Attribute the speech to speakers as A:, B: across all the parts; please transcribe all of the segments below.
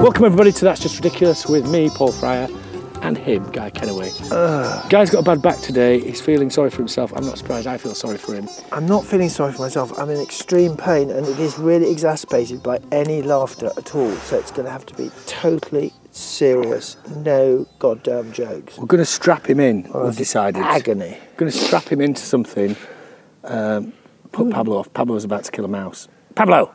A: Welcome everybody to That's Just Ridiculous with me, Paul Fryer, and him, Guy Kennaway. Guy's got a bad back today. He's feeling sorry for himself. I'm not surprised. I feel sorry for him.
B: I'm not feeling sorry for myself. I'm in extreme pain, and it is really exacerbated by any laughter at all. So it's going to have to be totally serious, no goddamn jokes.
A: We're going to strap him in. we've decided.
B: Agony.
A: going to strap him into something. Um, put Pablo off. Pablo's about to kill a mouse. Pablo.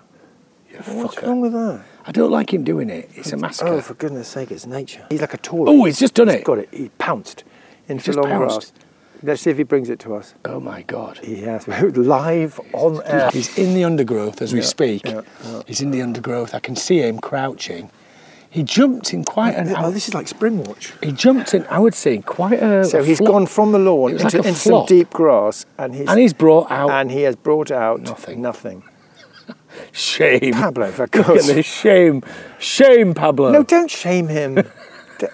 A: You
B: What's
A: fucker.
B: wrong with that?
A: I don't like him doing it. It's a massacre.
B: Oh, for goodness' sake, it's nature. He's like a Tory.
A: Oh, he's just done
B: He's
A: it.
B: Got it. He pounced into
A: just
B: long
A: pounced.
B: grass. Let's see if he brings it to us.
A: Oh my god.
B: He has live on air.
A: He's in the undergrowth as we
B: Yeah,
A: speak.
B: yeah, yeah.
A: He's in the undergrowth. I can see him crouching. He jumped in quite an.
B: Oh, this is like spring watch.
A: he jumped in. I would say in quite a.
B: So
A: a
B: he's
A: flop.
B: gone from the lawn
A: It was
B: into,
A: like a
B: into some
A: flop.
B: deep grass, and he's
A: and he's brought out
B: and he has brought out
A: Nothing.
B: Nothing.
A: shame.
B: Pablo, for
A: Look at
B: God's
A: this shame, shame, Pablo.
B: No, don't shame him. D-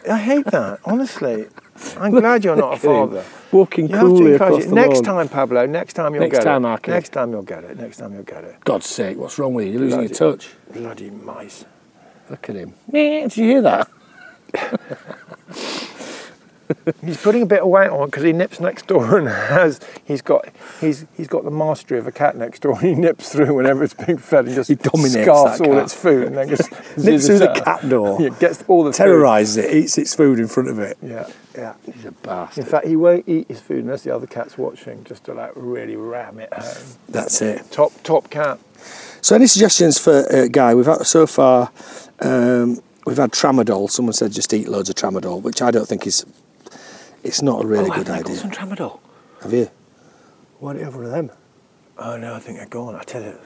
B: I hate that, honestly. I'm glad you're not a
A: Look at him,
B: father.
A: Walking
B: You have to
A: coolly
B: encourage
A: across
B: it.
A: the
B: Next
A: lawn.
B: time, Pablo, next time you'll
A: Next
B: get
A: time,
B: it.
A: Arky.
B: Next time you'll get it. Next time you'll get it.
A: God's sake, what's wrong with you? You're losing your
B: Bloody-
A: touch.
B: Bloody mice.
A: Look at him. Meh, Did you hear that?
B: He's putting a bit of weight on because he nips next door and has he's got he's he's got the mastery of a cat next door and he nips through whenever it's being fed and just
A: He dominates that
B: scarfs all
A: cat.
B: its food and then just
C: Nips through the
B: out.
C: cat door.
B: Yeah, gets all the food.
C: terrorizes it, eats its food in front of it.
B: Yeah, yeah.
A: He's a
B: In
A: bastard.
B: fact, he won't eat his food unless the other cat's watching, just to like really ram it home.
C: That's it.
B: Top top cat.
C: So, any suggestions for uh, Guy? We've had so far, um, we've had tramadol. Someone said just eat loads of tramadol, which I don't think is. It's not a really
A: Oh,
C: good
A: I've got
C: idea.
A: some tramadol.
C: Have you?
B: Whatever of them. Oh no, I think they're gone. I tell you.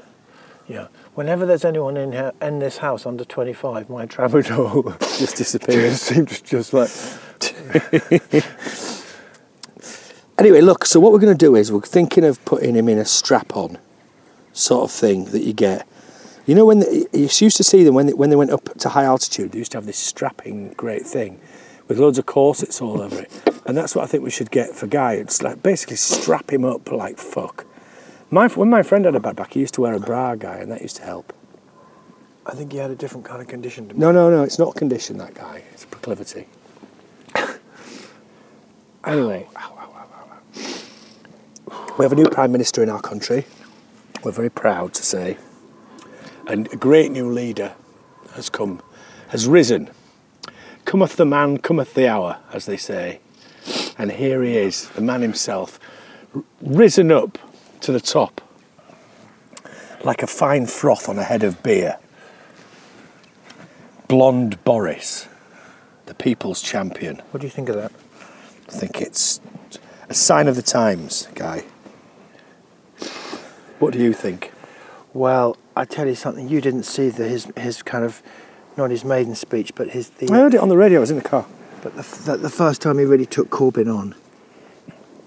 B: Yeah. Whenever there's anyone in here, in this house under 25, my tramadol
C: Just
B: just
C: disappears.
B: seems to just like
C: anyway, look. So what we're going to do is we're thinking of putting him in a strap-on sort of thing that you get. You know when the, you used to see them when they, when they went up to high altitude, they used to have this strapping great thing with loads of corsets all over it, and that's what I think we should get for Guy. It's like basically strap him up like fuck. My, when my friend had a bad back, he used to wear a bra, guy, and that used to help.
B: I think he had a different kind of condition to me.
C: No, no, no, it's not condition that guy. It's proclivity.
A: Anyway,
C: We have a new prime minister in our country. We're very proud to say,
A: and a great new leader has come, has risen. Cometh the man, cometh the hour, as they say. And here he is, the man himself, r- risen up to the top, like a fine froth on a head of beer. Blonde Boris, the people's champion.
B: What do you think of that?
C: I think it's a sign of the times, guy. What do you think?
B: Well, I tell you something. You didn't see the, his his kind of not his maiden speech, but his the
C: I heard it on the radio. I was in the car.
B: but the, f- the, the first time he really took Corbyn on,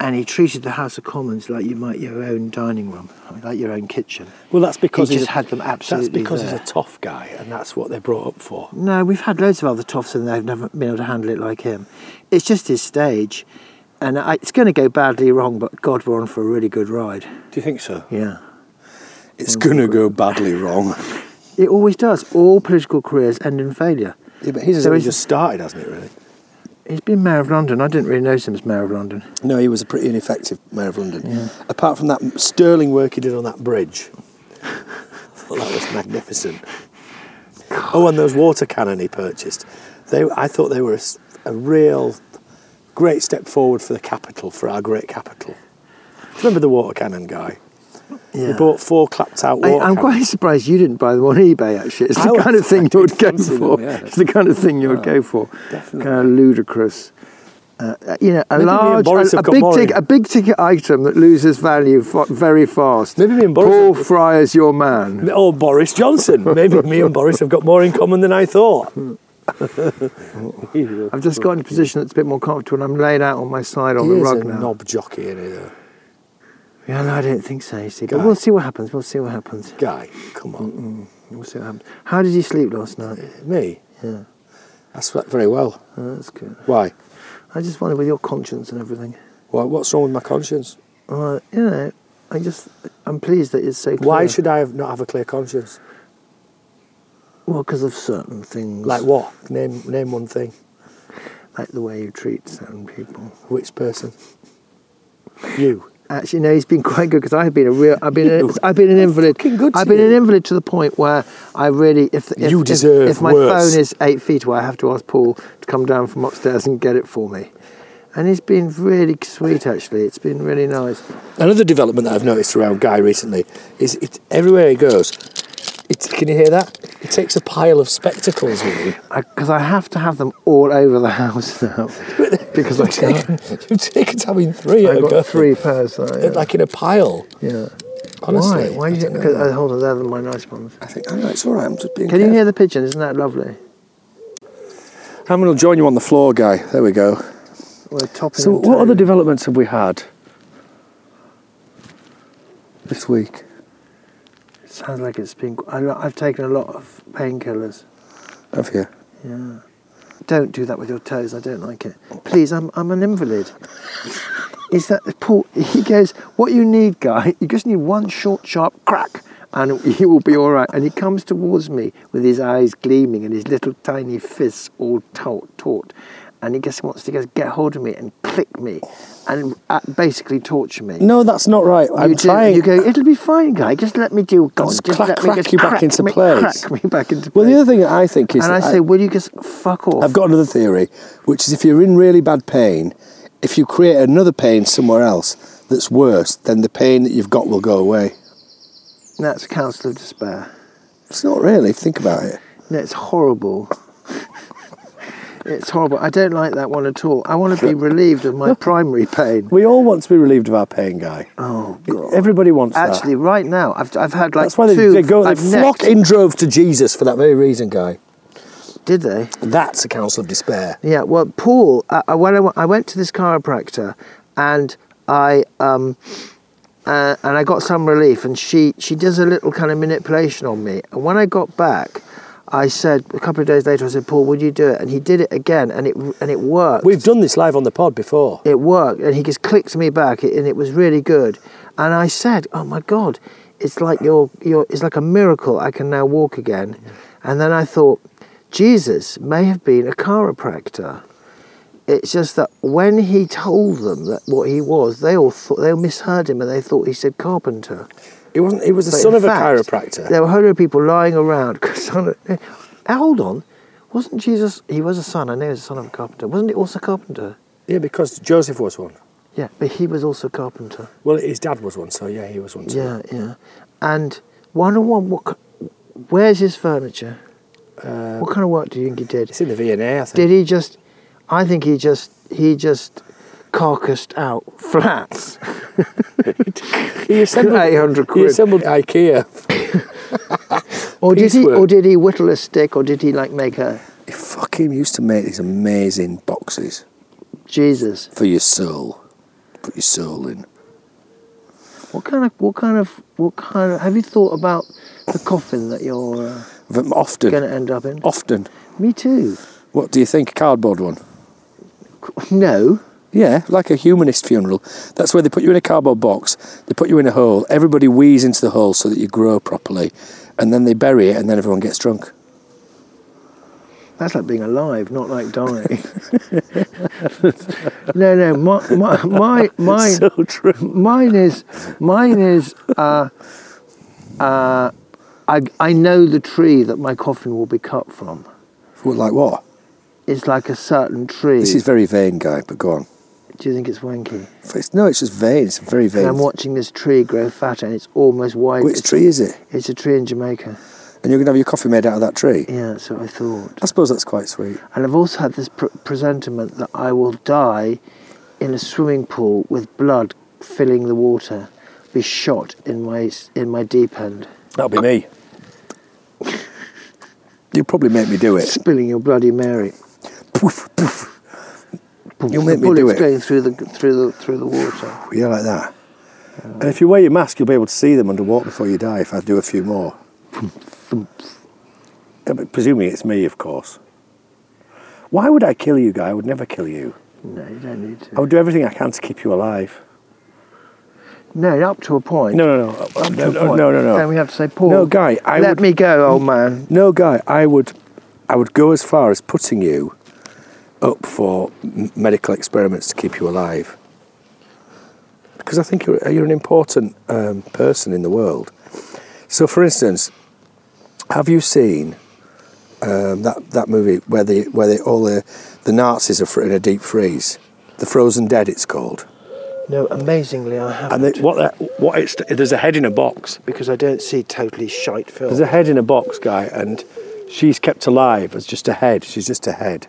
B: and he treated the House of Commons like you might your own dining room, I mean, like your own kitchen.
C: Well, that's because
B: He
C: he's
B: just had them absolutely
C: That's because
B: there.
C: he's a tough guy, and that's what they brought up for.
B: No, we've had loads of other toffs and they've never been able to handle it like him. It's just his stage, and I, it's going to go badly wrong. But God, we're on for a really good ride.
C: Do you think so?
B: Yeah.
C: It's gonna go badly wrong.
B: It always does. All political careers end in failure.
C: yeah, but his has
B: There
C: only
B: is-
C: just started, hasn't it? Really?
B: He's been mayor of London. I didn't really notice him as mayor of London.
C: No, he was a pretty ineffective mayor of London. Apart from that sterling work he did on that bridge, well, that was magnificent. Oh, and those water cannon he purchased. They, I thought they were a, s- a real great step forward for the capital, for our great capital. Do you remember the water cannon guy? He
B: Yeah.
C: bought four clapped out
B: I,
C: water
B: I'm
C: cannons.
B: quite surprised you didn't buy them on eBay. Actually, it's
C: I
B: the
C: would-
B: kind of
C: I
B: thing you
C: did
B: would go
C: fancy them,
B: for.
C: yeah. Oh,
B: It's the kind of thing you would go for.
C: definitely.
B: Kind of ludicrous. Uh, uh, you know, a
C: Maybe me and
B: large,
C: Boris
B: a, a
C: have got
B: big,
C: more
B: tick,
C: in.
B: a big ticket item that loses value fa- very fast.
C: Maybe me and Boris
B: Paul
C: have-
B: Fryer's your man.
C: Or Oh, Boris Johnson. Maybe me and Boris have got more in common than I thought. He's
B: I've just got in a position that's a bit more comfortable, and I'm laid out on my side on the
C: a
B: rug now.
C: knob jockey, isn't he, though?
B: Yeah, no, I don't think so. You see,
C: Guy.
B: but we'll see what happens. We'll see what happens.
C: Guy, come on.
B: We'll see what happens. How did you sleep last night?
C: Me?
B: Yeah,
C: I slept very well.
B: oh, that's good.
C: Why?
B: I just wonder with your conscience and everything.
C: What, what's wrong with my conscience?
B: Well, you know, I just I'm pleased that it's so. Clear.
C: Why should I have not have a clear conscience?
B: Well, because of certain things,
C: Like what? Name name one thing.
B: like the way you treat certain people.
C: Which person? You.
B: Actually, no, he's been quite good because I've been a real. I've been.
C: You.
B: A, I've been an invalid.
C: fucking good to
B: I've been an
C: you.
B: invalid to the point where I really, if if,
C: You
B: if-
C: deserve
B: if, my
C: worse.
B: phone is eight feet away, I have to ask Paul to come down from upstairs and get it for me. And he's been really sweet. Actually, it's been really nice.
C: Another development that I've noticed around Guy recently is it, everywhere he goes. It, can you hear that? He takes a pile of spectacles with him.
B: Because I, have to have them all over the house now. because I can't.
C: You've taken having three. at
B: I've
C: a go.
B: got three pairs. Now, yeah.
C: Like in a pile.
B: yeah.
C: Honestly.
B: Why? Why do
C: I
B: you think?
C: don't
B: Because,
C: know.
B: uh, hold on, they're my nice ones.
C: I think I know it's all right. I'm just being.
B: Can you
C: careful.
B: hear the pigeon? Isn't that lovely?
C: I'm going to join you on the floor, Guy. There we go.
B: We're topping.
C: So,
B: and
C: what other
B: tailing.
C: developments have we had this week?
B: Sounds like it's been. I, lo- I've taken a lot of painkillers.
C: Have you?
B: Yeah. Don't do that with your toes. I don't like it. Please, I'm, I'm an invalid. Is that Paul? He goes, What you need, guy, you just need one short, sharp crack and you will be all right. And he comes towards me with his eyes gleaming and his little tiny fists all taut. taut. And he just wants to just get hold of me and click me and uh, basically torture me.
C: No, that's not right. I'm
B: you do-
C: trying.
B: You go, It'll be fine, guy. Just let me do. God,
C: Just
B: just
C: clack-
B: let me
C: crack
B: just
C: you back
B: crack
C: into
B: me,
C: place."
B: Crack me back into
C: well,
B: place.
C: the other thing that I think is,
B: and I
C: that
B: say, Will you just fuck off?
C: I've got another theory, which is if you're in really bad pain, if you create another pain somewhere else that's worse, then the pain that you've got will go away.
B: That's Council of Despair.
C: It's not really. Think about it.
B: No, it's horrible. it's horrible. I don't like that one at all. I want to be relieved of my primary pain.
C: We all want to be relieved of our pain, Guy.
B: Oh, God.
C: Everybody wants that.
B: Actually, right now, I've, I've had like
C: that's why they,
B: two.
C: they go. They
B: I've
C: flock
B: necked-
C: in drove to Jesus for that very reason, Guy.
B: Did they?
C: That's a counsel of despair.
B: Yeah, well, Paul, I, I, when I, went- I went to this chiropractor and I um, uh, and I got some relief, and she she does a little kind of manipulation on me. And when I got back, I said a couple of days later, I said, Paul, would you do it? And he did it again, and it and it worked.
C: We've done this live on the pod before.
B: it worked and he just clicked me back and it was really good and i said oh my god it's like your your it's like a miracle i can now walk again and then i thought jesus may have been a chiropractor it's just that when he told them that what he was they all thought they all misheard him and they thought he said carpenter
C: It wasn't. It was the
B: But
C: son
B: in
C: of
B: fact,
C: a chiropractor.
B: there were a whole lot of people lying around 'cause son of- eh, hold on wasn't jesus he was a son i know he was a son of a carpenter wasn't he also a carpenter
C: Yeah, because Joseph was one.
B: yeah but he was also a carpenter
C: Well, his dad was one, so yeah, he was one too.
B: Yeah, yeah. And one on one, what? ki- Where's his furniture?
C: Uh,
B: what kind of work do you think he did?
C: it's in the V&A, I think.
B: Did he just? I think he just he just carcassed out flats.
C: He assembled,
B: 800
C: He
B: quid.
C: assembled IKEA.
B: Or did he?
C: Piecework.
B: Or did he whittle a stick? Or did he like make a
C: He fucking used to make these amazing boxes
B: Jesus?
C: for your soul. Put your soul in.
B: What kind of? What kind of? What kind of? Have you thought about the coffin that you're uh,
C: But often.
B: going to end up in?
C: Often.
B: Me too.
C: What do you think? A cardboard one?
B: No.
C: Yeah, like a humanist funeral. That's where they put you in a cardboard box, they put you in a hole, everybody wheezes into the hole so that you grow properly, and then they bury it, and then everyone gets drunk.
B: That's like being alive, not like dying. no, no, my, my, my, mine,
C: true.
B: mine is, mine is. Uh, uh, I, I know the tree that my coffin will be cut from.
C: What, like what?
B: It's like a certain tree.
C: This is very vain, guy, but go on.
B: Do you think it's wanky?
C: It's, no, it's just vain. It's very vain.
B: And I'm watching this tree grow fatter, and it's almost wide.
C: Which tree is it?
B: It's a tree in Jamaica.
C: And you're going to have your coffee made out of that tree?
B: Yeah, that's what I thought.
C: I suppose that's quite sweet.
B: And I've also had this pr- presentiment that I will die in a swimming pool with blood filling the water, be shot in my s- in my deep end,
C: That'll be me. You'll probably make me do it.
B: spilling your bloody Mary.
C: Poof, poof.
B: Poof,
C: You'll
B: the
C: make me do
B: bullets
C: it.
B: going through the through the through the water.
C: Yeah, like that. And if you wear your mask, you'll be able to see them underwater before you die if I do a few more. Yeah, but presuming it's me, of course. Why would I kill you, guy? I would never kill you.
B: No, you don't need to.
C: I would do everything I can to keep you alive.
B: No, up to a point.
C: No, no, no,
B: Up to
C: no,
B: a
C: no,
B: point.
C: no, no,
B: Then we
C: no.
B: have to say, Paul.
C: No, Guy, I
B: let
C: would-
B: me go, old man.
C: No, Guy, I would, I would go as far as putting you up for m- medical experiments to keep you alive. Because I think you're, you're an important um, person in the world. So, for instance, have you seen um, that that movie where they where they all the the Nazis are fr- in a deep freeze, the Frozen Dead? It's called.
B: No, amazingly, I haven't.
C: And they, what they- what it's there's a head in a box.
B: because I don't see totally shite films.
C: There's a head in a box, guy, and she's kept alive as just a head. She's just a head.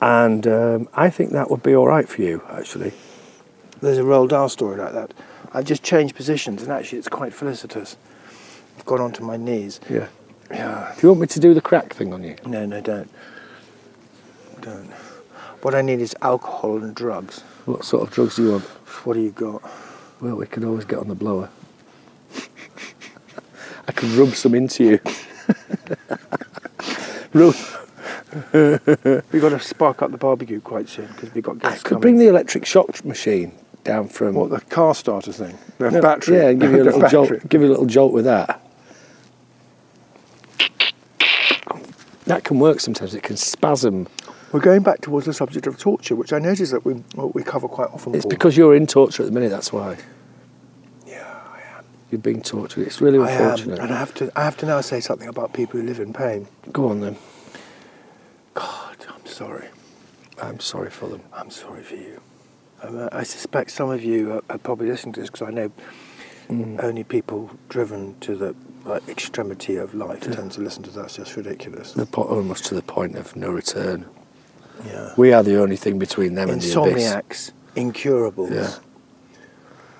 C: And um, I think that would be all right for you, actually.
B: There's a Roald Dahl story like that. I've just changed positions, and actually, it's quite felicitous. I've gone onto my knees.
C: Yeah.
B: Yeah.
C: Do you want me to do the crack thing on you?
B: No, no, don't. Don't. What I need is alcohol and drugs.
C: What sort of drugs do you want?
B: What do you got?
C: Well, we can always get on the blower. I could rub some into you. rub.
B: We've got to spark up the barbecue quite soon because we've got
C: I
B: gas
C: could
B: coming.
C: bring the electric shock machine down from.
B: Ah, what the car starter thing? The
C: No,
B: battery.
C: Yeah, and give you a
B: The
C: little
B: battery.
C: jolt. Give you a little jolt with that. That can work sometimes. It can spasm.
B: We're going back towards the subject of torture, which I notice that we well, we cover quite often.
C: It's
B: Paul.
C: because you're in torture at the minute. That's why. Yeah, I am. You're being tortured. It's really
B: I am,
C: unfortunate.
B: and I have to. I have to now say something about people who live in pain.
C: Go on then.
B: God, I'm sorry.
C: I'm sorry for them.
B: I'm sorry for you. Um, uh, I suspect some of you are, are probably listening to this because I know
C: Mm.
B: only people driven to the like, extremity of life tend to listen to that. It's just ridiculous.
C: The po- almost to the point of no return.
B: Yeah.
C: We are the only thing between them and the abyss.
B: Insomniacs, incurables.
C: Yeah.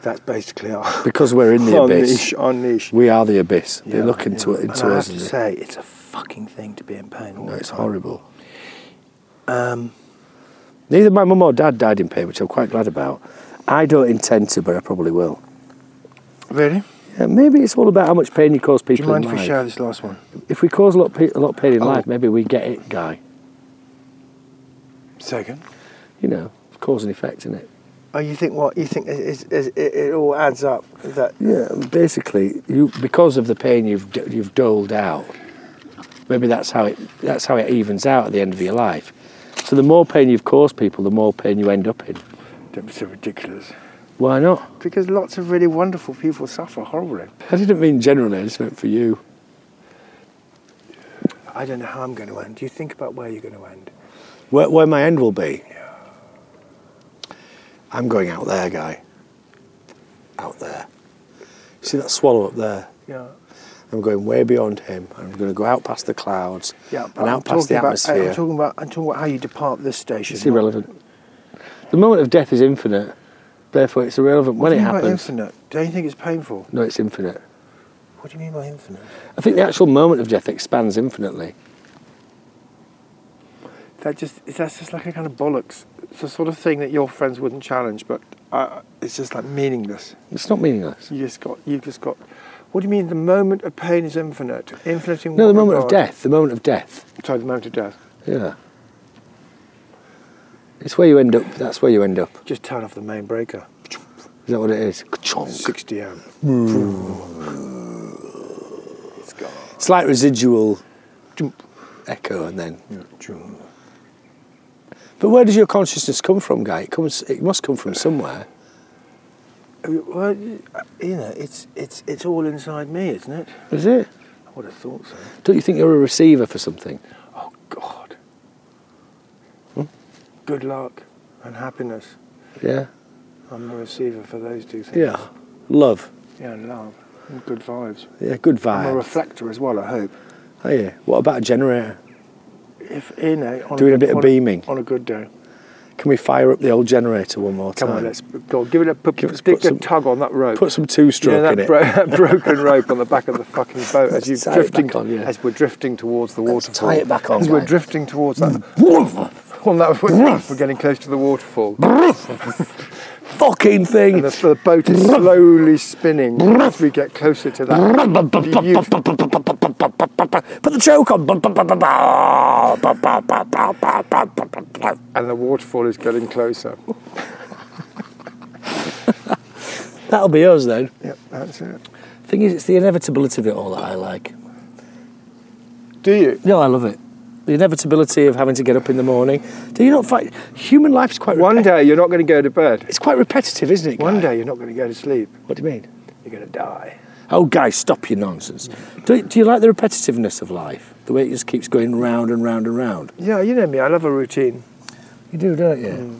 B: That's basically our,
C: Because we're in the
B: our
C: abyss.
B: niche. Our niche.
C: We are the abyss. they
B: Yeah,
C: look into
B: yeah.
C: into
B: and I
C: us.
B: have
C: and
B: to
C: they-
B: say, it's a fucking thing to be in pain. All
C: no,
B: the
C: it's
B: time.
C: horrible.
B: Um,
C: Neither my mum or dad died in pain, which I'm quite glad about. I don't intend to, but I probably will.
B: really?
C: Yeah, maybe it's all about how much pain you cause
B: Do
C: people
B: you mind
C: in
B: if we
C: life.
B: share this last one?
C: If we cause a lot, of pe- a lot of pain in
B: Oh.
C: life, maybe we get it, guy.
B: Second.
C: You know, cause and effect, in it?
B: Oh, you think what? You think it, it, it, it, it all adds up? That
C: Yeah, Um, basically, you because of the pain you've d- you've doled out, maybe that's how it that's how it evens out at the end of your life. So the more pain you've caused people, the more pain you end up in.
B: don't be so ridiculous.
C: Why not?
B: Because lots of really wonderful people suffer horribly.
C: I didn't mean generally. I just meant for you.
B: I don't know how I'm going to end. You think about where you're going to end.
C: Where, where my end will be? I'm going out there, guy. Out there. See that swallow up there?
B: Yeah.
C: I'm going way beyond him. I'm going to go out past the clouds
B: Yeah, but
C: and
B: I'm
C: out past
B: talking,
C: the
B: about, I- I'm
C: atmosphere.
B: talking about. I'm talking about how you depart this station.
C: it's irrelevant. The moment of death is infinite, therefore it's irrelevant
B: What
C: when
B: do
C: it
B: you mean by
C: happens.
B: infinite? Don't you think it's painful?
C: No, it's infinite.
B: What do you mean by infinite?
C: I think the actual moment of death expands infinitely.
B: That just that's just like a kind of bollocks. It's the sort of thing that your friends wouldn't challenge, but uh, it's just like meaningless.
C: It's not meaningless.
B: You just got. You just got. What do you mean? The moment of pain is infinite. Infinite in
C: No, the
B: what
C: moment of
B: regard?
C: death. The moment of death.
B: Sorry, the moment of death.
C: Yeah. It's where you end up. That's where you end up.
B: Just turn off the main breaker.
C: Is that what it is? Ka-chonk.
B: 60 amp. It's gone.
C: slight residual echo and then but where does your consciousness come from guy it comes it must come from somewhere
B: Well, you know, it's it's it's all inside me, isn't it?
C: is it
B: I would have thought so.
C: don't you think you're a receiver for something
B: Oh God. Hmm? Good luck and happiness.
C: yeah
B: I'm a receiver for those two things.
C: yeah love
B: Yeah, and love. And good vibes.
C: yeah good
B: I'm a
C: vibe
B: reflector as well, I hope.
C: oh yeah what about a generator
B: If you know, on
C: Doing a
B: good-
C: bit of
B: on
C: beaming.
B: on a good day.
C: can we fire up the old generator one more
B: Come
C: time
B: on, let's go. Give it a put,
C: Give us-
B: stick
C: put
B: a
C: some-
B: tug on that rope.
C: put some two
B: You
C: stroke
B: know,
C: in
B: that,
C: it
B: bro- that broken rope on the back of the fucking boat as you're
C: Tie it back
B: drifting
C: on, yeah.
B: as we're drifting towards the waterfall.
C: tie it back on,
B: As we're
C: mate. Mm.
B: drifting towards that. Well, that was, we're getting close to the waterfall.
C: Fucking thing.
B: And the, the boat
C: Mm.
B: is slowly spinning as we get closer to that. Beautiful.
C: Put the choke on.
B: And the waterfall is getting closer.
D: That'll be us then.
B: Yep, that's it.
D: Thing is, it's the inevitability of it all that I like.
B: Do you?
D: No, I love it. The inevitability of having to get up in the morning. Do you not find human life's
C: Mm.
D: quite
B: One
D: repet-
B: day you're not going to go to bed.
C: It's quite repetitive, isn't it?
B: One
C: Guy?
B: day you're not going to go to sleep.
C: What do you mean?
B: You're going to die.
D: Oh, guys, stop your nonsense. Do, do you like the repetitiveness of life? The way it just keeps going round and round and round.
B: Yeah, you know me. I love a routine.
D: You do, don't you?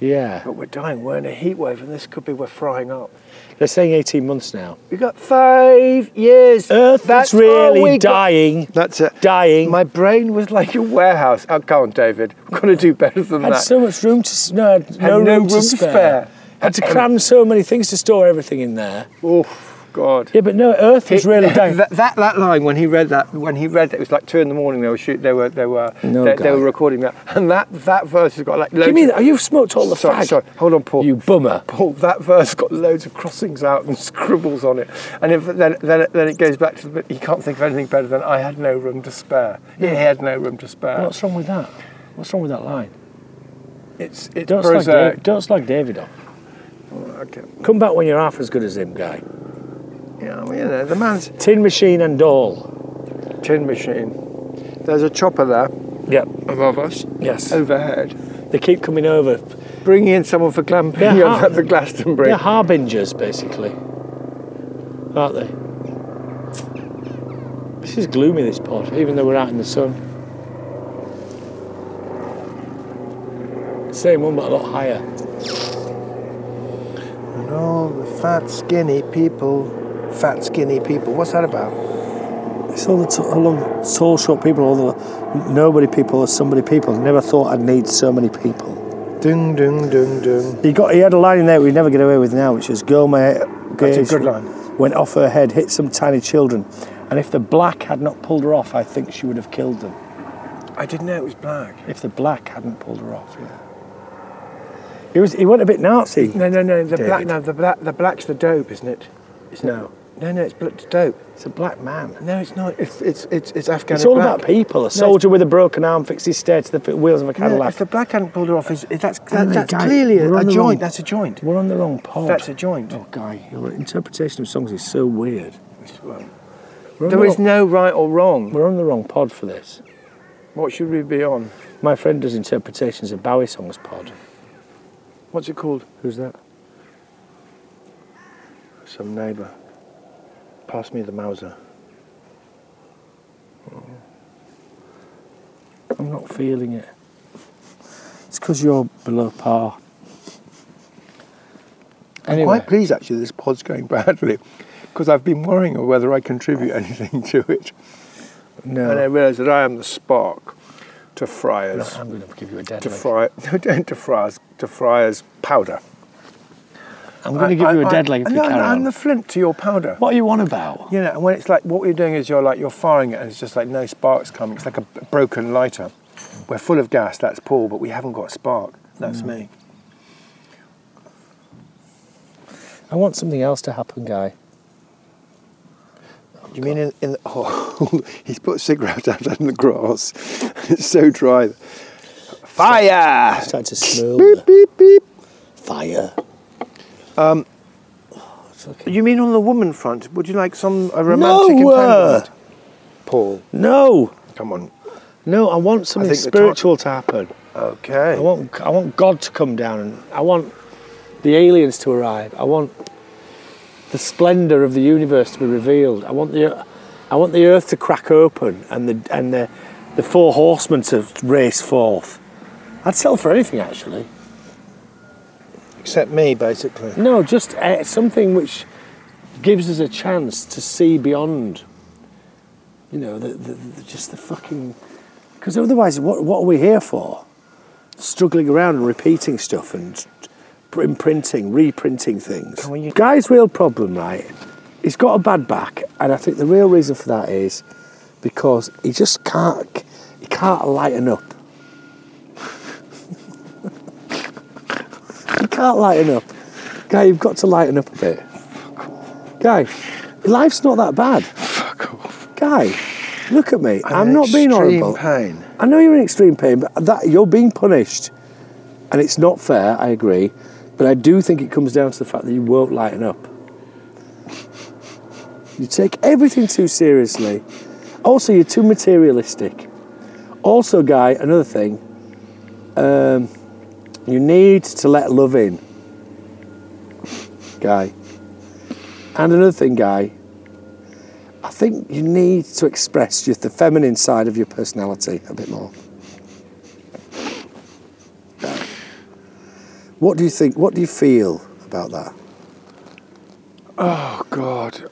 C: Yeah.
B: But we're dying. We're in a heat wave, and this could be we're frying up.
C: They're saying 18 months now.
B: We got five years.
C: Earth
B: That's
C: That's
B: all we
C: really
B: got.
C: dying.
B: That's it.
C: Dying.
B: My brain was like a warehouse. Oh, come on, David. We're going to do better than
C: had
B: that.
C: so much room to s- no, I had
B: Had
C: no,
B: no
C: room, to
B: room
C: spare.
B: spare.
C: Had to cram so many things to store everything in there.
B: oh, God.
C: Yeah, but no, Earth was really dying.
B: that, that that line when he read that when he read that it was like two in the morning they were shoot they were they were
D: No
B: they, they
D: guy.
B: were recording that and that that verse has got like loads
D: Give me
B: of-
D: that. You've smoked all the
B: sorry,
D: fag.
B: sorry hold on Paul
D: You bummer.
B: Paul that verse has got loads of crossings out and scribbles on it and if, then then it, then it goes back to the bit he can't think of anything better than I had no room to spare he had no room to spare
C: What's wrong with that? What's wrong with that line?
B: it's it's
C: Don't slag,
B: prosaic
C: Dave, don't slag David off.
B: okay
C: Come back when you're half as good as him, guy.
B: yeah well, you know the man's
C: Tin machine and all.
B: tin machine there's a chopper there
C: Yep.
B: above us
C: Yes.
B: Oh. overhead
C: They keep coming over.
B: bringing in someone for glamping
C: Yeah,
B: up
C: how-
B: at the Glastonbury
C: They're harbingers, basically, aren't they? This is gloomy, this pod, even though we're out in the sun. Same one, but a lot higher.
E: And all the fat, skinny people. Fat, skinny people. What's that about?
D: It's all the t- all the tall, short people, all the nobody people, or somebody people. Never thought I'd need so many people.
E: Dung, dung, dung, dung.
D: He got. He had a line in there we never get away with now, which is "Girl, my
E: That's a
D: gaze
E: good line.
D: went off her head, hit some tiny children, and if the black had not pulled her off, I think she would have killed them.
B: I didn't know it was black.
D: If the black hadn't pulled her off, yeah. He was. He went a bit Nazi.
B: No, no, no. The black.
D: David.
B: No, the black. The black's the dope, isn't it? It's
D: No.
B: No, no. It's black dope.
D: It's a black man.
B: No, it's not. It's it's it's, it's Afghan.
C: It's all
B: black.
C: about people. A soldier with a broken arm fixed his stair to the f- wheels of a
B: No,
C: Cadillac.
B: if the black hadn't pulled her off, is that's that,
D: Anyway,
B: that's
D: guy,
B: clearly a,
D: we're
B: a
D: on the
B: joint.
D: wrong-
B: That's a joint.
D: We're on the wrong pod.
B: That's a joint.
D: Oh, guy, your interpretation of songs is so weird. We're on
B: There
D: the
B: is
D: wrong-
B: no right or wrong.
C: We're on the wrong pod for this.
B: What should we be on?
C: My friend does interpretations of Bowie songs pod.
B: What's it called?
C: Who's that?
B: Some neighbour. Pass me the Mauser.
C: I'm not feeling it.
D: It's because you're below par. Anyway,
B: Quite pleased actually. This pod's going badly because I've been worrying of whether I contribute anything to it, and I
C: No.
B: realise that I am the spark to Friars.
C: I'm going to give you a dead
B: to
C: leg.
B: fry no don't to fry as to fry as powder.
C: I'm going to give you a dead leg if you
B: no,
C: carry
B: I'm
C: on.
B: the flint to your powder.
C: What are you on about?
B: You know, and when it's like what you're doing is you're like you're firing it and it's just like no sparks coming. It's like a b- broken lighter. We're full of gas. That's Paul, but we haven't got a spark. That's me.
C: I want something else to happen, guy.
B: You mean in, in the, oh, he's put a cigarette out in the grass. It's so dry. Fire!
D: I tried to smell
B: Beep beep beep.
D: fire.
B: Um,
C: Oh,
B: You mean on the woman front? Would you like some a
C: romantic entanglement?
B: uh, Paul,
C: No,
B: come on.
C: no, I want something
B: think the tar-
C: spiritual to happen.
B: Okay.
C: I want, I want God to come down. And I want the aliens to arrive. I want the splendor of the universe to be revealed. I want the, I want the earth to crack open and the and the, the four horsemen to race forth. I'd sell for anything, actually.
B: Except me, basically.
C: No, just uh, something which gives us a chance to see beyond. You know, the, the, the, just the fucking. Because otherwise, what, what are we here for? Struggling around and repeating stuff and imprinting, reprinting things.
B: Can we-
C: Guy's real problem, right? He's got a bad back, and I think the real reason for that is because he just can't. He can't lighten up. can't lighten up. Guy, you've got to lighten up a bit. Guy, life's not that bad.
F: Fuck off.
C: Guy, look at me. I'm,
B: in
C: not being
B: extreme
C: horrible.
B: pain.
C: I know you're in extreme pain, but that you're being punished, and it's not fair. I agree, but I do think it comes down to the fact that you won't lighten up. You take everything too seriously. Also, you're too materialistic. Also, guy, another thing. Um, you need to let love in, guy. And another thing, guy. I think you need to express your, the feminine side of your personality a bit more. What do you think? What do you feel about that?
F: Oh God.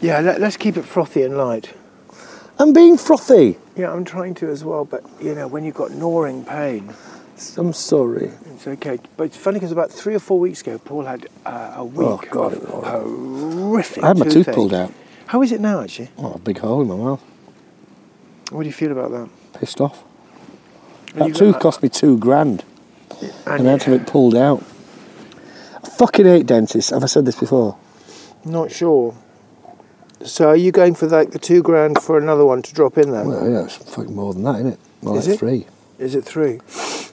B: Yeah, let, let's keep it frothy and light.
C: I'm being frothy.
B: Yeah, I'm trying to as well, but you know, when you've got gnawing pain,
C: I'm sorry.
B: it's okay. But it's funny because about three or four weeks ago, Paul had uh, a week
C: Oh, God, it
B: of
C: was
B: horrific.
C: I had my tooth
B: toothache.
C: pulled out.
B: How is it now, actually?
C: Oh, a big hole in my mouth.
B: What do you feel about that?
C: Pissed off.
B: you
C: That
B: got
C: tooth
B: that-
C: cost me two grand, and I had to have it pulled out. I fucking hate dentists. Have I said this before?
B: Not sure. So are you going for like the two grand for another one to drop in there? Is
C: Well, yeah, it's fucking more than that, isn't it? More
B: Is
C: like
B: it?
C: three,
B: it three?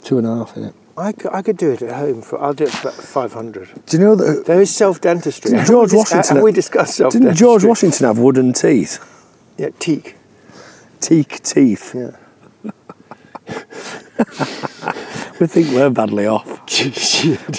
C: two and a half, isn't it?
B: I could, I could do it at home for. I'll do it for five hundred.
C: Do you know that
B: There is self dentistry.
C: Didn't George Washington?
B: Have we discussed self dentistry?
C: Didn't George Washington have wooden teeth?
B: Yeah, teak.
C: Teak teeth.
B: Yeah.
C: We think we're badly off.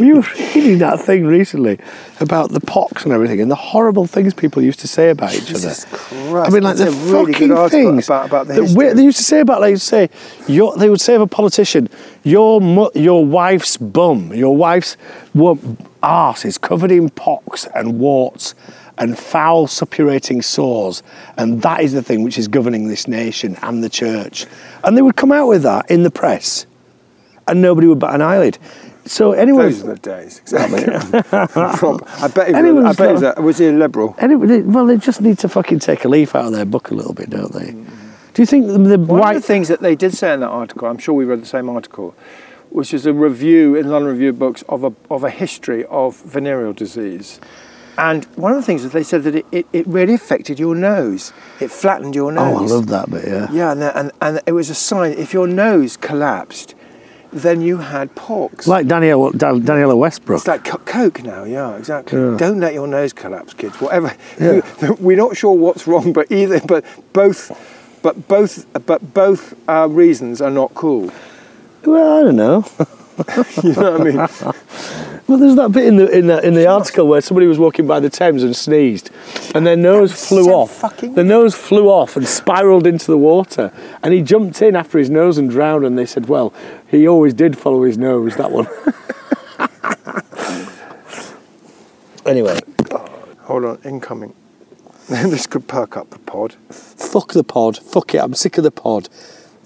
C: we were reading that thing recently about the pox and everything, and the horrible things people used to say about each
B: Jesus
C: other.
B: Christ,
C: I mean, like
B: that's
C: the
B: a really good
C: fucking
B: article
C: things
B: about- about the
C: that
B: history.
C: we- they used to say about. They would say, your, they would say of a politician, your mu- your wife's bum, your wife's wo- arse is covered in pox and warts and foul suppurating sores, and that is the thing which is governing this nation and the church. And they would come out with that in the press, and nobody would bat an eyelid. So anyway,
F: Those are the days. Exactly. Prob- I bet. He was, I
C: Anyone's
F: bet he was,
C: got-
F: a, was he a liberal?
C: Anyway, they- well, they just need to fucking take a leaf out of their book a little bit, don't they? Do you think the, the
F: One
C: white
F: of the things that they did say in that article, I'm sure we read the same article, which is a review in London Review of Books of a, of a history of venereal disease.
B: And one of the things that they said that it, it, it really affected your nose. It flattened your nose.
C: Oh, I love that bit. Yeah.
B: Yeah, and, and, and it was a sign if your nose collapsed, then you had pox.
C: Like Danielle, Dan, Daniela Westbrook.
B: it's like co- coke now, yeah, exactly.
C: Yeah.
B: Don't let your nose collapse, kids. Whatever,
C: Yeah.
F: We're not sure what's wrong, but either, but both, but both, but both uh, reasons are not cool.
C: well, I don't know.
F: You know what I mean?
C: Well, there's that bit in the in the, in the article where somebody was walking by the Thames and sneezed, and their nose flew
B: so
C: off.
B: fucking-
C: Their nose flew off and spiraled into the water, and he jumped in after his nose and drowned. And they said, "Well, he always did follow his nose." That one. anyway,
F: Hold on, incoming. this could perk up the pod.
C: fuck the pod. Fuck it. I'm sick of the pod.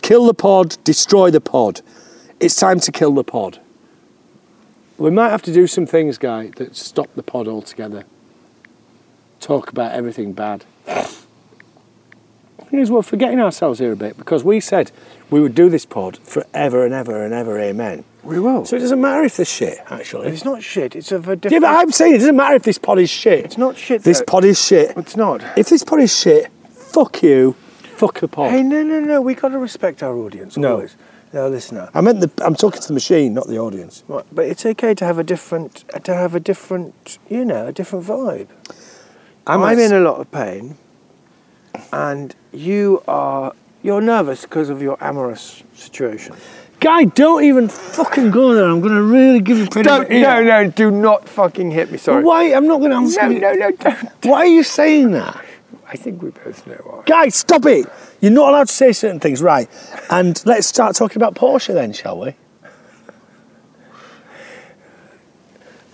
C: Kill the pod. Destroy the pod. It's time to kill the pod. We might have to do some things, guy, that stop the pod altogether. Talk about everything bad. Thing is, we're forgetting ourselves here a bit because we said we would do this pod forever and ever and ever. Amen.
B: we will.
C: So it doesn't matter if this shit actually.
B: it's not shit. It's of a different.
C: Yeah, but I'm saying it doesn't matter if this pod is shit.
B: it's not shit.
C: This
B: though.
C: pod is shit.
B: It's not.
C: If this pod is shit, fuck you. Fuck the pod.
B: Hey, no, no, no. We got to respect our audience.
C: No.
B: always. no, listener.
C: I meant the. I'm talking to the machine, not the audience.
B: Right, but it's okay to have a different, to have a different, you know, a different vibe. I'm, in a lot of pain, and you are you're nervous because of your amorous situation.
C: guy. Don't even fucking go there. I'm going to really give you credit.
F: Don't,
C: here.
F: no, no, do not fucking hit me. Sorry.
C: Why? I'm not going to.
F: No, no, no, don't.
C: Why are you saying that,
F: I think we both know why.
C: guy? Stop it. You're not allowed to say certain things, right? And let's start talking about Porsche then, shall we?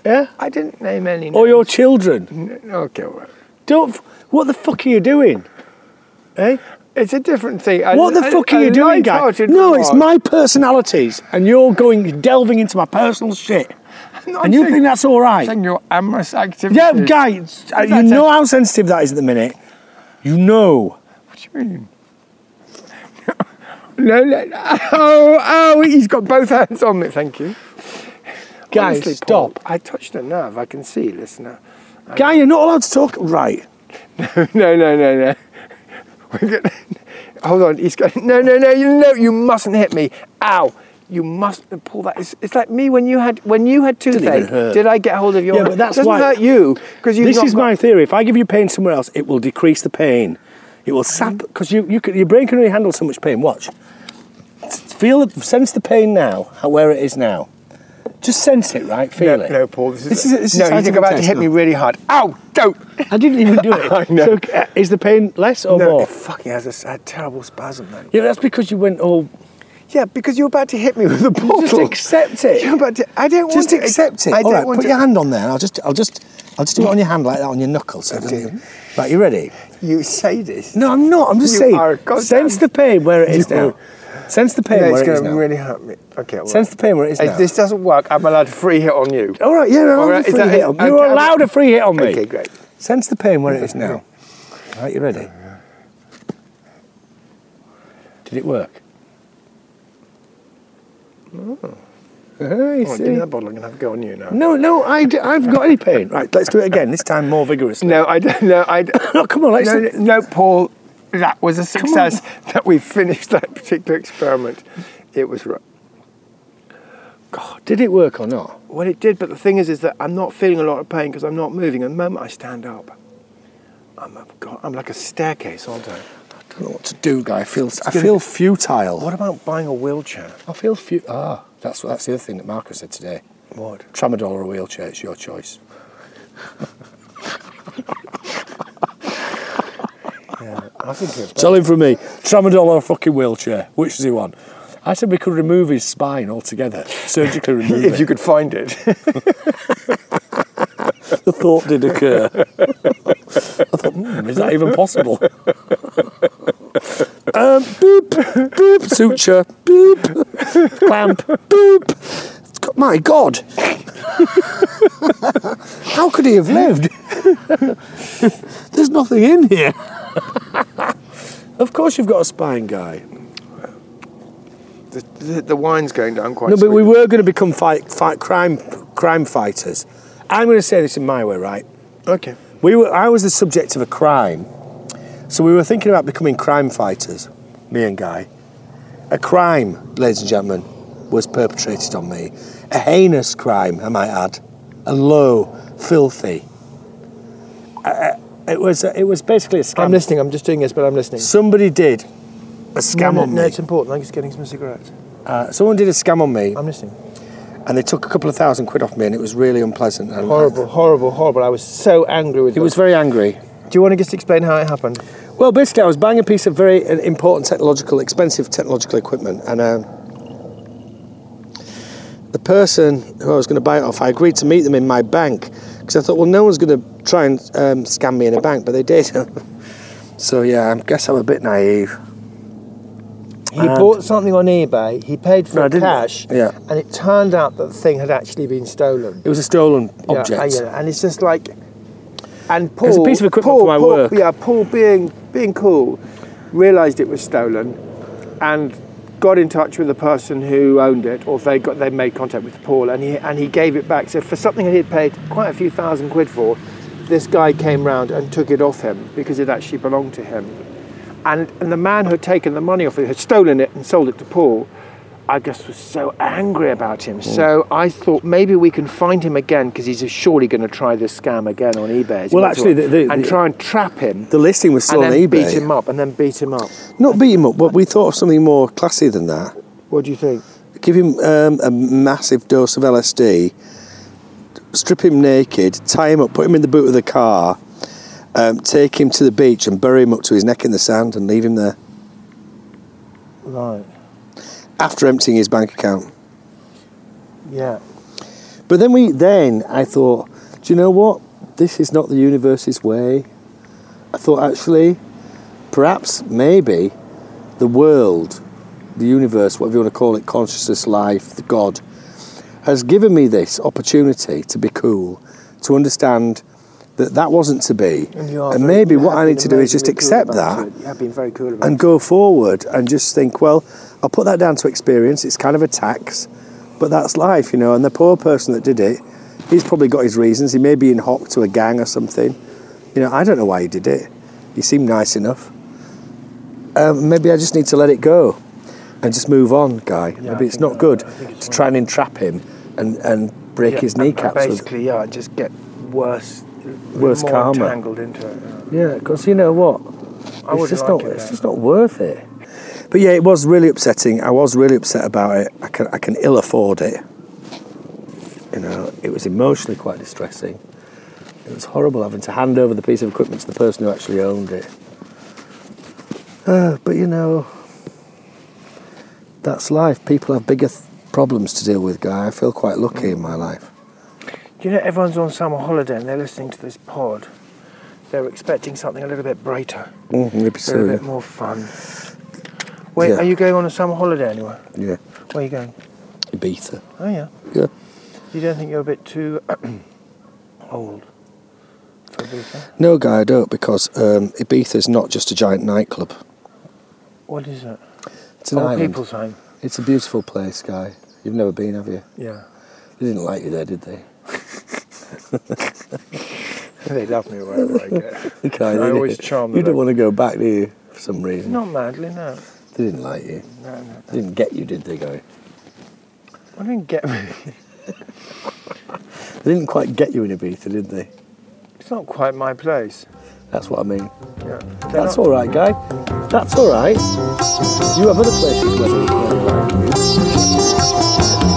C: Yeah.
F: I didn't name any.
C: Or your children.
F: names. Okay. Well.
C: Don't. f- What the fuck are you doing? Eh?
F: It's a different thing. A-
C: What the
F: a-
C: fuck are
F: a
C: you doing, guy?
F: light-hearted
C: No, it's
F: remark.
C: my personalities, and you're going delving into my personal shit.
F: No, I'm
C: and you
F: saying-
C: think that's all right?
F: saying your amorous activity.
C: Yeah, guys, uh, you
F: That's
C: know how sensitive that is at the minute. You know.
F: What do you mean? No, no, no. Oh, oh, he's got both hands on me. Thank you.
G: Guys,
B: Honestly, Paul,
G: stop.
B: I touched a nerve. I can see, listener.
G: Guy, you're not allowed to talk. Right.
B: no, no, no, no. We're gonna, hold on. He's going. No, no, no. You no. You mustn't hit me. Ow. You must pull that. It's, it's like me when you had when you had toothache.
G: even hurt.
B: Did I get hold of your?
G: Yeah, but that's
B: doesn't
G: why-
B: hurt you because you.
G: this is my theory. If I give you pain somewhere else, it will decrease the pain. It will sap because you, you can, your brain can only handle so much pain. Watch. S- Feel it, sense the pain now, how where it is now. Just sense it, right? Feel
B: No,
G: it.
B: no, Paul. This is,
G: This is, this is
B: no. He's
G: scientific
B: about to
G: test.
B: hit me really hard. Ow! Don't.
G: I didn't even do it.
B: I know.
G: So, uh, is the pain less or
B: no,
G: more?
B: it fucking has a, s- a terrible spasm then.
G: Yeah, that's because you went all.
B: Yeah, because you're about to hit me with the bottle.
G: Just accept it.
B: You're about to. I don't
C: Just
B: want to
C: accept it.
B: I
C: All
B: don't
C: right,
B: want
C: put
B: to.
C: your hand on there. and I'll just, I'll just, I'll just do it on your hand like that, on your knuckle. So it doesn't
B: Okay.
C: even- right, you ready?
B: You say this.
G: No, I'm not. I'm just
B: You
G: saying.
B: are a goddamn-
G: sense the pain where it is
B: You
G: now. Sense the pain
B: No,
G: where
B: it's
G: it is
B: going to
G: now.
B: really hurt me. Okay. Well,
G: Sense the pain where it is now.
B: if this doesn't work, I'm allowed to free hit on you.
G: All right, yeah, you're
B: All
G: allowed
B: right,
G: a
B: is
G: free
B: that
G: hit.
B: it?
G: on-
B: Okay,
G: You're
B: I'm-
G: allowed a free hit on me.
B: Okay, great.
G: Sense the pain where it is now. Right, you ready? Did it work? Oh, you
B: Come on,
G: see?
B: give me that bottle. I'm going to have a go on you now.
G: No, no, I, d- I've got any pain. Right, let's do it again. This time more vigorously.
B: No, I don't. No, I. don't-
G: No, come on, let's.
B: No, no, Paul. That was a success. That we finished that particular experiment. It was right.
G: God, did it work or not?
B: Well, it did, but the thing is, is that I'm not feeling a lot of pain because I'm not moving. And the moment I stand up, I'm, a, God, I'm like a staircase, aren't I?
C: I don't know what to do, guy. I feel, I feel futile.
B: What about buying a wheelchair?
C: I feel futile. Ah, that's what- that's the other thing that Marcus said today.
B: What?
C: Tramadol or a wheelchair, it's your choice.
B: I think
C: Tell him from me, tramadol or a fucking wheelchair. Which does he want? I said we could remove his spine altogether, surgically remove
B: if
C: it.
B: you could find it.
C: the thought did occur. I thought, hmm, is that even possible? um, boop, boop, suture, boop, clamp, boop. My God. How could he have lived? There's nothing in here. of course, you've got a spine guy.
B: the, the, the wine's going down quite.
C: No, but we
B: sweet.
C: were going to become fight, fight, crime, crime fighters. I'm going to say this in my way, right?
B: okay.
C: We were, I was the subject of a crime, so we were thinking about becoming crime fighters, me and Guy. A crime, ladies and gentlemen, was perpetrated on me. A heinous crime, I might add. A low, filthy. Uh, it was. It was basically a scam.
B: I'm listening. I'm just doing this, but I'm listening.
C: Somebody did a scam
B: no, no,
C: on
B: no,
C: me.
B: it's important. I'm just getting some cigarettes.
C: Uh, someone did a scam on me,
B: I'm listening.
C: and they took a couple of thousand quid off me, and it was really unpleasant. And
B: Horrible, horrible, horrible. I was so angry with
C: He
B: you.
C: was very angry.
B: Do you want to just explain how it happened?
C: Well, basically, I was buying a piece of very uh, important technological, expensive technological equipment, and um, the person who I was going to buy it off, I agreed to meet them in my bank because I thought, well, no one's going to try and um, scam me in a bank, but they did. so yeah, I guess I'm a bit naive.
B: He bought something on eBay. He paid
C: No, I
B: for
C: didn't.
B: cash.
C: Yeah.
B: And it turned out that the thing had actually been stolen.
C: It was a stolen
B: Yeah,
C: object.
B: I get it. and it's just like, and Paul.
C: was a piece of equipment
B: Paul,
C: for my
B: Paul,
C: work.
B: Yeah, Paul being being cool, realised it was stolen, and got in touch with the person who owned it, or they got they made contact with Paul, and he and he gave it back. So for something that he had paid quite a few thousand quid for, this guy came round and took it off him because it actually belonged to him, and and the man who had taken the money off it had stolen it and sold it to Paul. I just was so angry about him.
C: Mm.
B: So I thought maybe we can find him again because he's surely going to try this scam again on eBay.
C: Well, actually, the- the-
B: and
C: the-
B: try and trap him.
C: The listing was
B: and
C: still
B: then
C: on
B: beat
C: eBay.
B: him up, and then beat him up.
C: Not beat him up, but we thought of something more classy than that.
B: What do you think?
C: Give him um, a massive dose of LSD, strip him naked, tie him up, put him in the boot of the car, um, take him to the beach and bury him up to his neck in the sand and leave him there
B: Right.
C: after emptying his bank account.
B: Yeah.
C: But then we then I thought, do you know what? This is not the universe's way. I thought actually, perhaps maybe the world, the universe, whatever you want to call it, consciousness, life, the God, has given me this opportunity to be cool, to understand that that wasn't to be,
B: And, you are
C: and
B: very-
C: maybe
B: you
C: what
B: have
C: I
B: been
C: need to do is just
B: amazingly cool
C: accept
B: about
C: that
B: it. You have been very cool about
C: and
B: it.
C: go forward and just think, well, I'll put that down to experience. It's kind of a tax. But that's life, you know. And the poor person that did it, he's probably got his reasons. He may be in hock to a gang or something. You know, I don't know why he did it. He seemed nice enough. Um, maybe I just need to let it go and just move on, guy.
B: Yeah, I
C: maybe it's
B: think,
C: not
B: uh,
C: good
B: I think it's
C: to try and entrap him and, and break
B: Yeah,
C: his
B: and- and
C: kneecaps. with-
B: Basically, yeah, and just get worse,
C: Worse
B: more
C: karma.
B: tangled into it. yeah.
C: Yeah, because you know what?
B: I
C: it's
B: wouldn't
C: just
B: like
C: not.
B: it,
C: it's
B: though.
C: just not worth it. But yeah, it was really upsetting. I was really upset about it. I can I can ill afford it. You know, it was emotionally quite distressing. It was horrible having to hand over the piece of equipment to the person who actually owned it. Uh, but you know, that's life. People have bigger th- problems to deal with, guy. I feel quite lucky in my life.
B: You know, everyone's on summer holiday and they're listening to this pod. They're expecting something a little bit brighter, Mm, a little bit more fun. Wait,
C: Yeah.
B: are you going on a summer holiday anywhere?
C: Yeah,
B: Where are you going?
C: Ibiza.
B: Oh yeah.
C: Yeah.
B: You don't think you're a bit too old for Ibiza?
C: No, Guy, I don't, because um, Ibiza's not just a giant nightclub.
B: What is it?
C: It's an
B: Old
C: island.
B: people's home.
C: It's a beautiful place, Guy. You've never been, have you?
B: Yeah.
C: They didn't like you there, did they?
B: They love me wherever I go.
C: Guy,
B: I
C: they
B: always
C: didn't-
B: charm
C: You
B: them.
C: don't want to go back, do you, for some reason?
B: Not madly, no.
C: They didn't like you.
B: No, no.
C: They didn't get you, did they, Guy?
B: I didn't get me.
C: They didn't quite get you in Ibiza, did they?
B: It's not quite my place.
C: That's what I mean.
B: Yeah.
C: That's all right, Guy. That's all right. You have other places where they don't like you.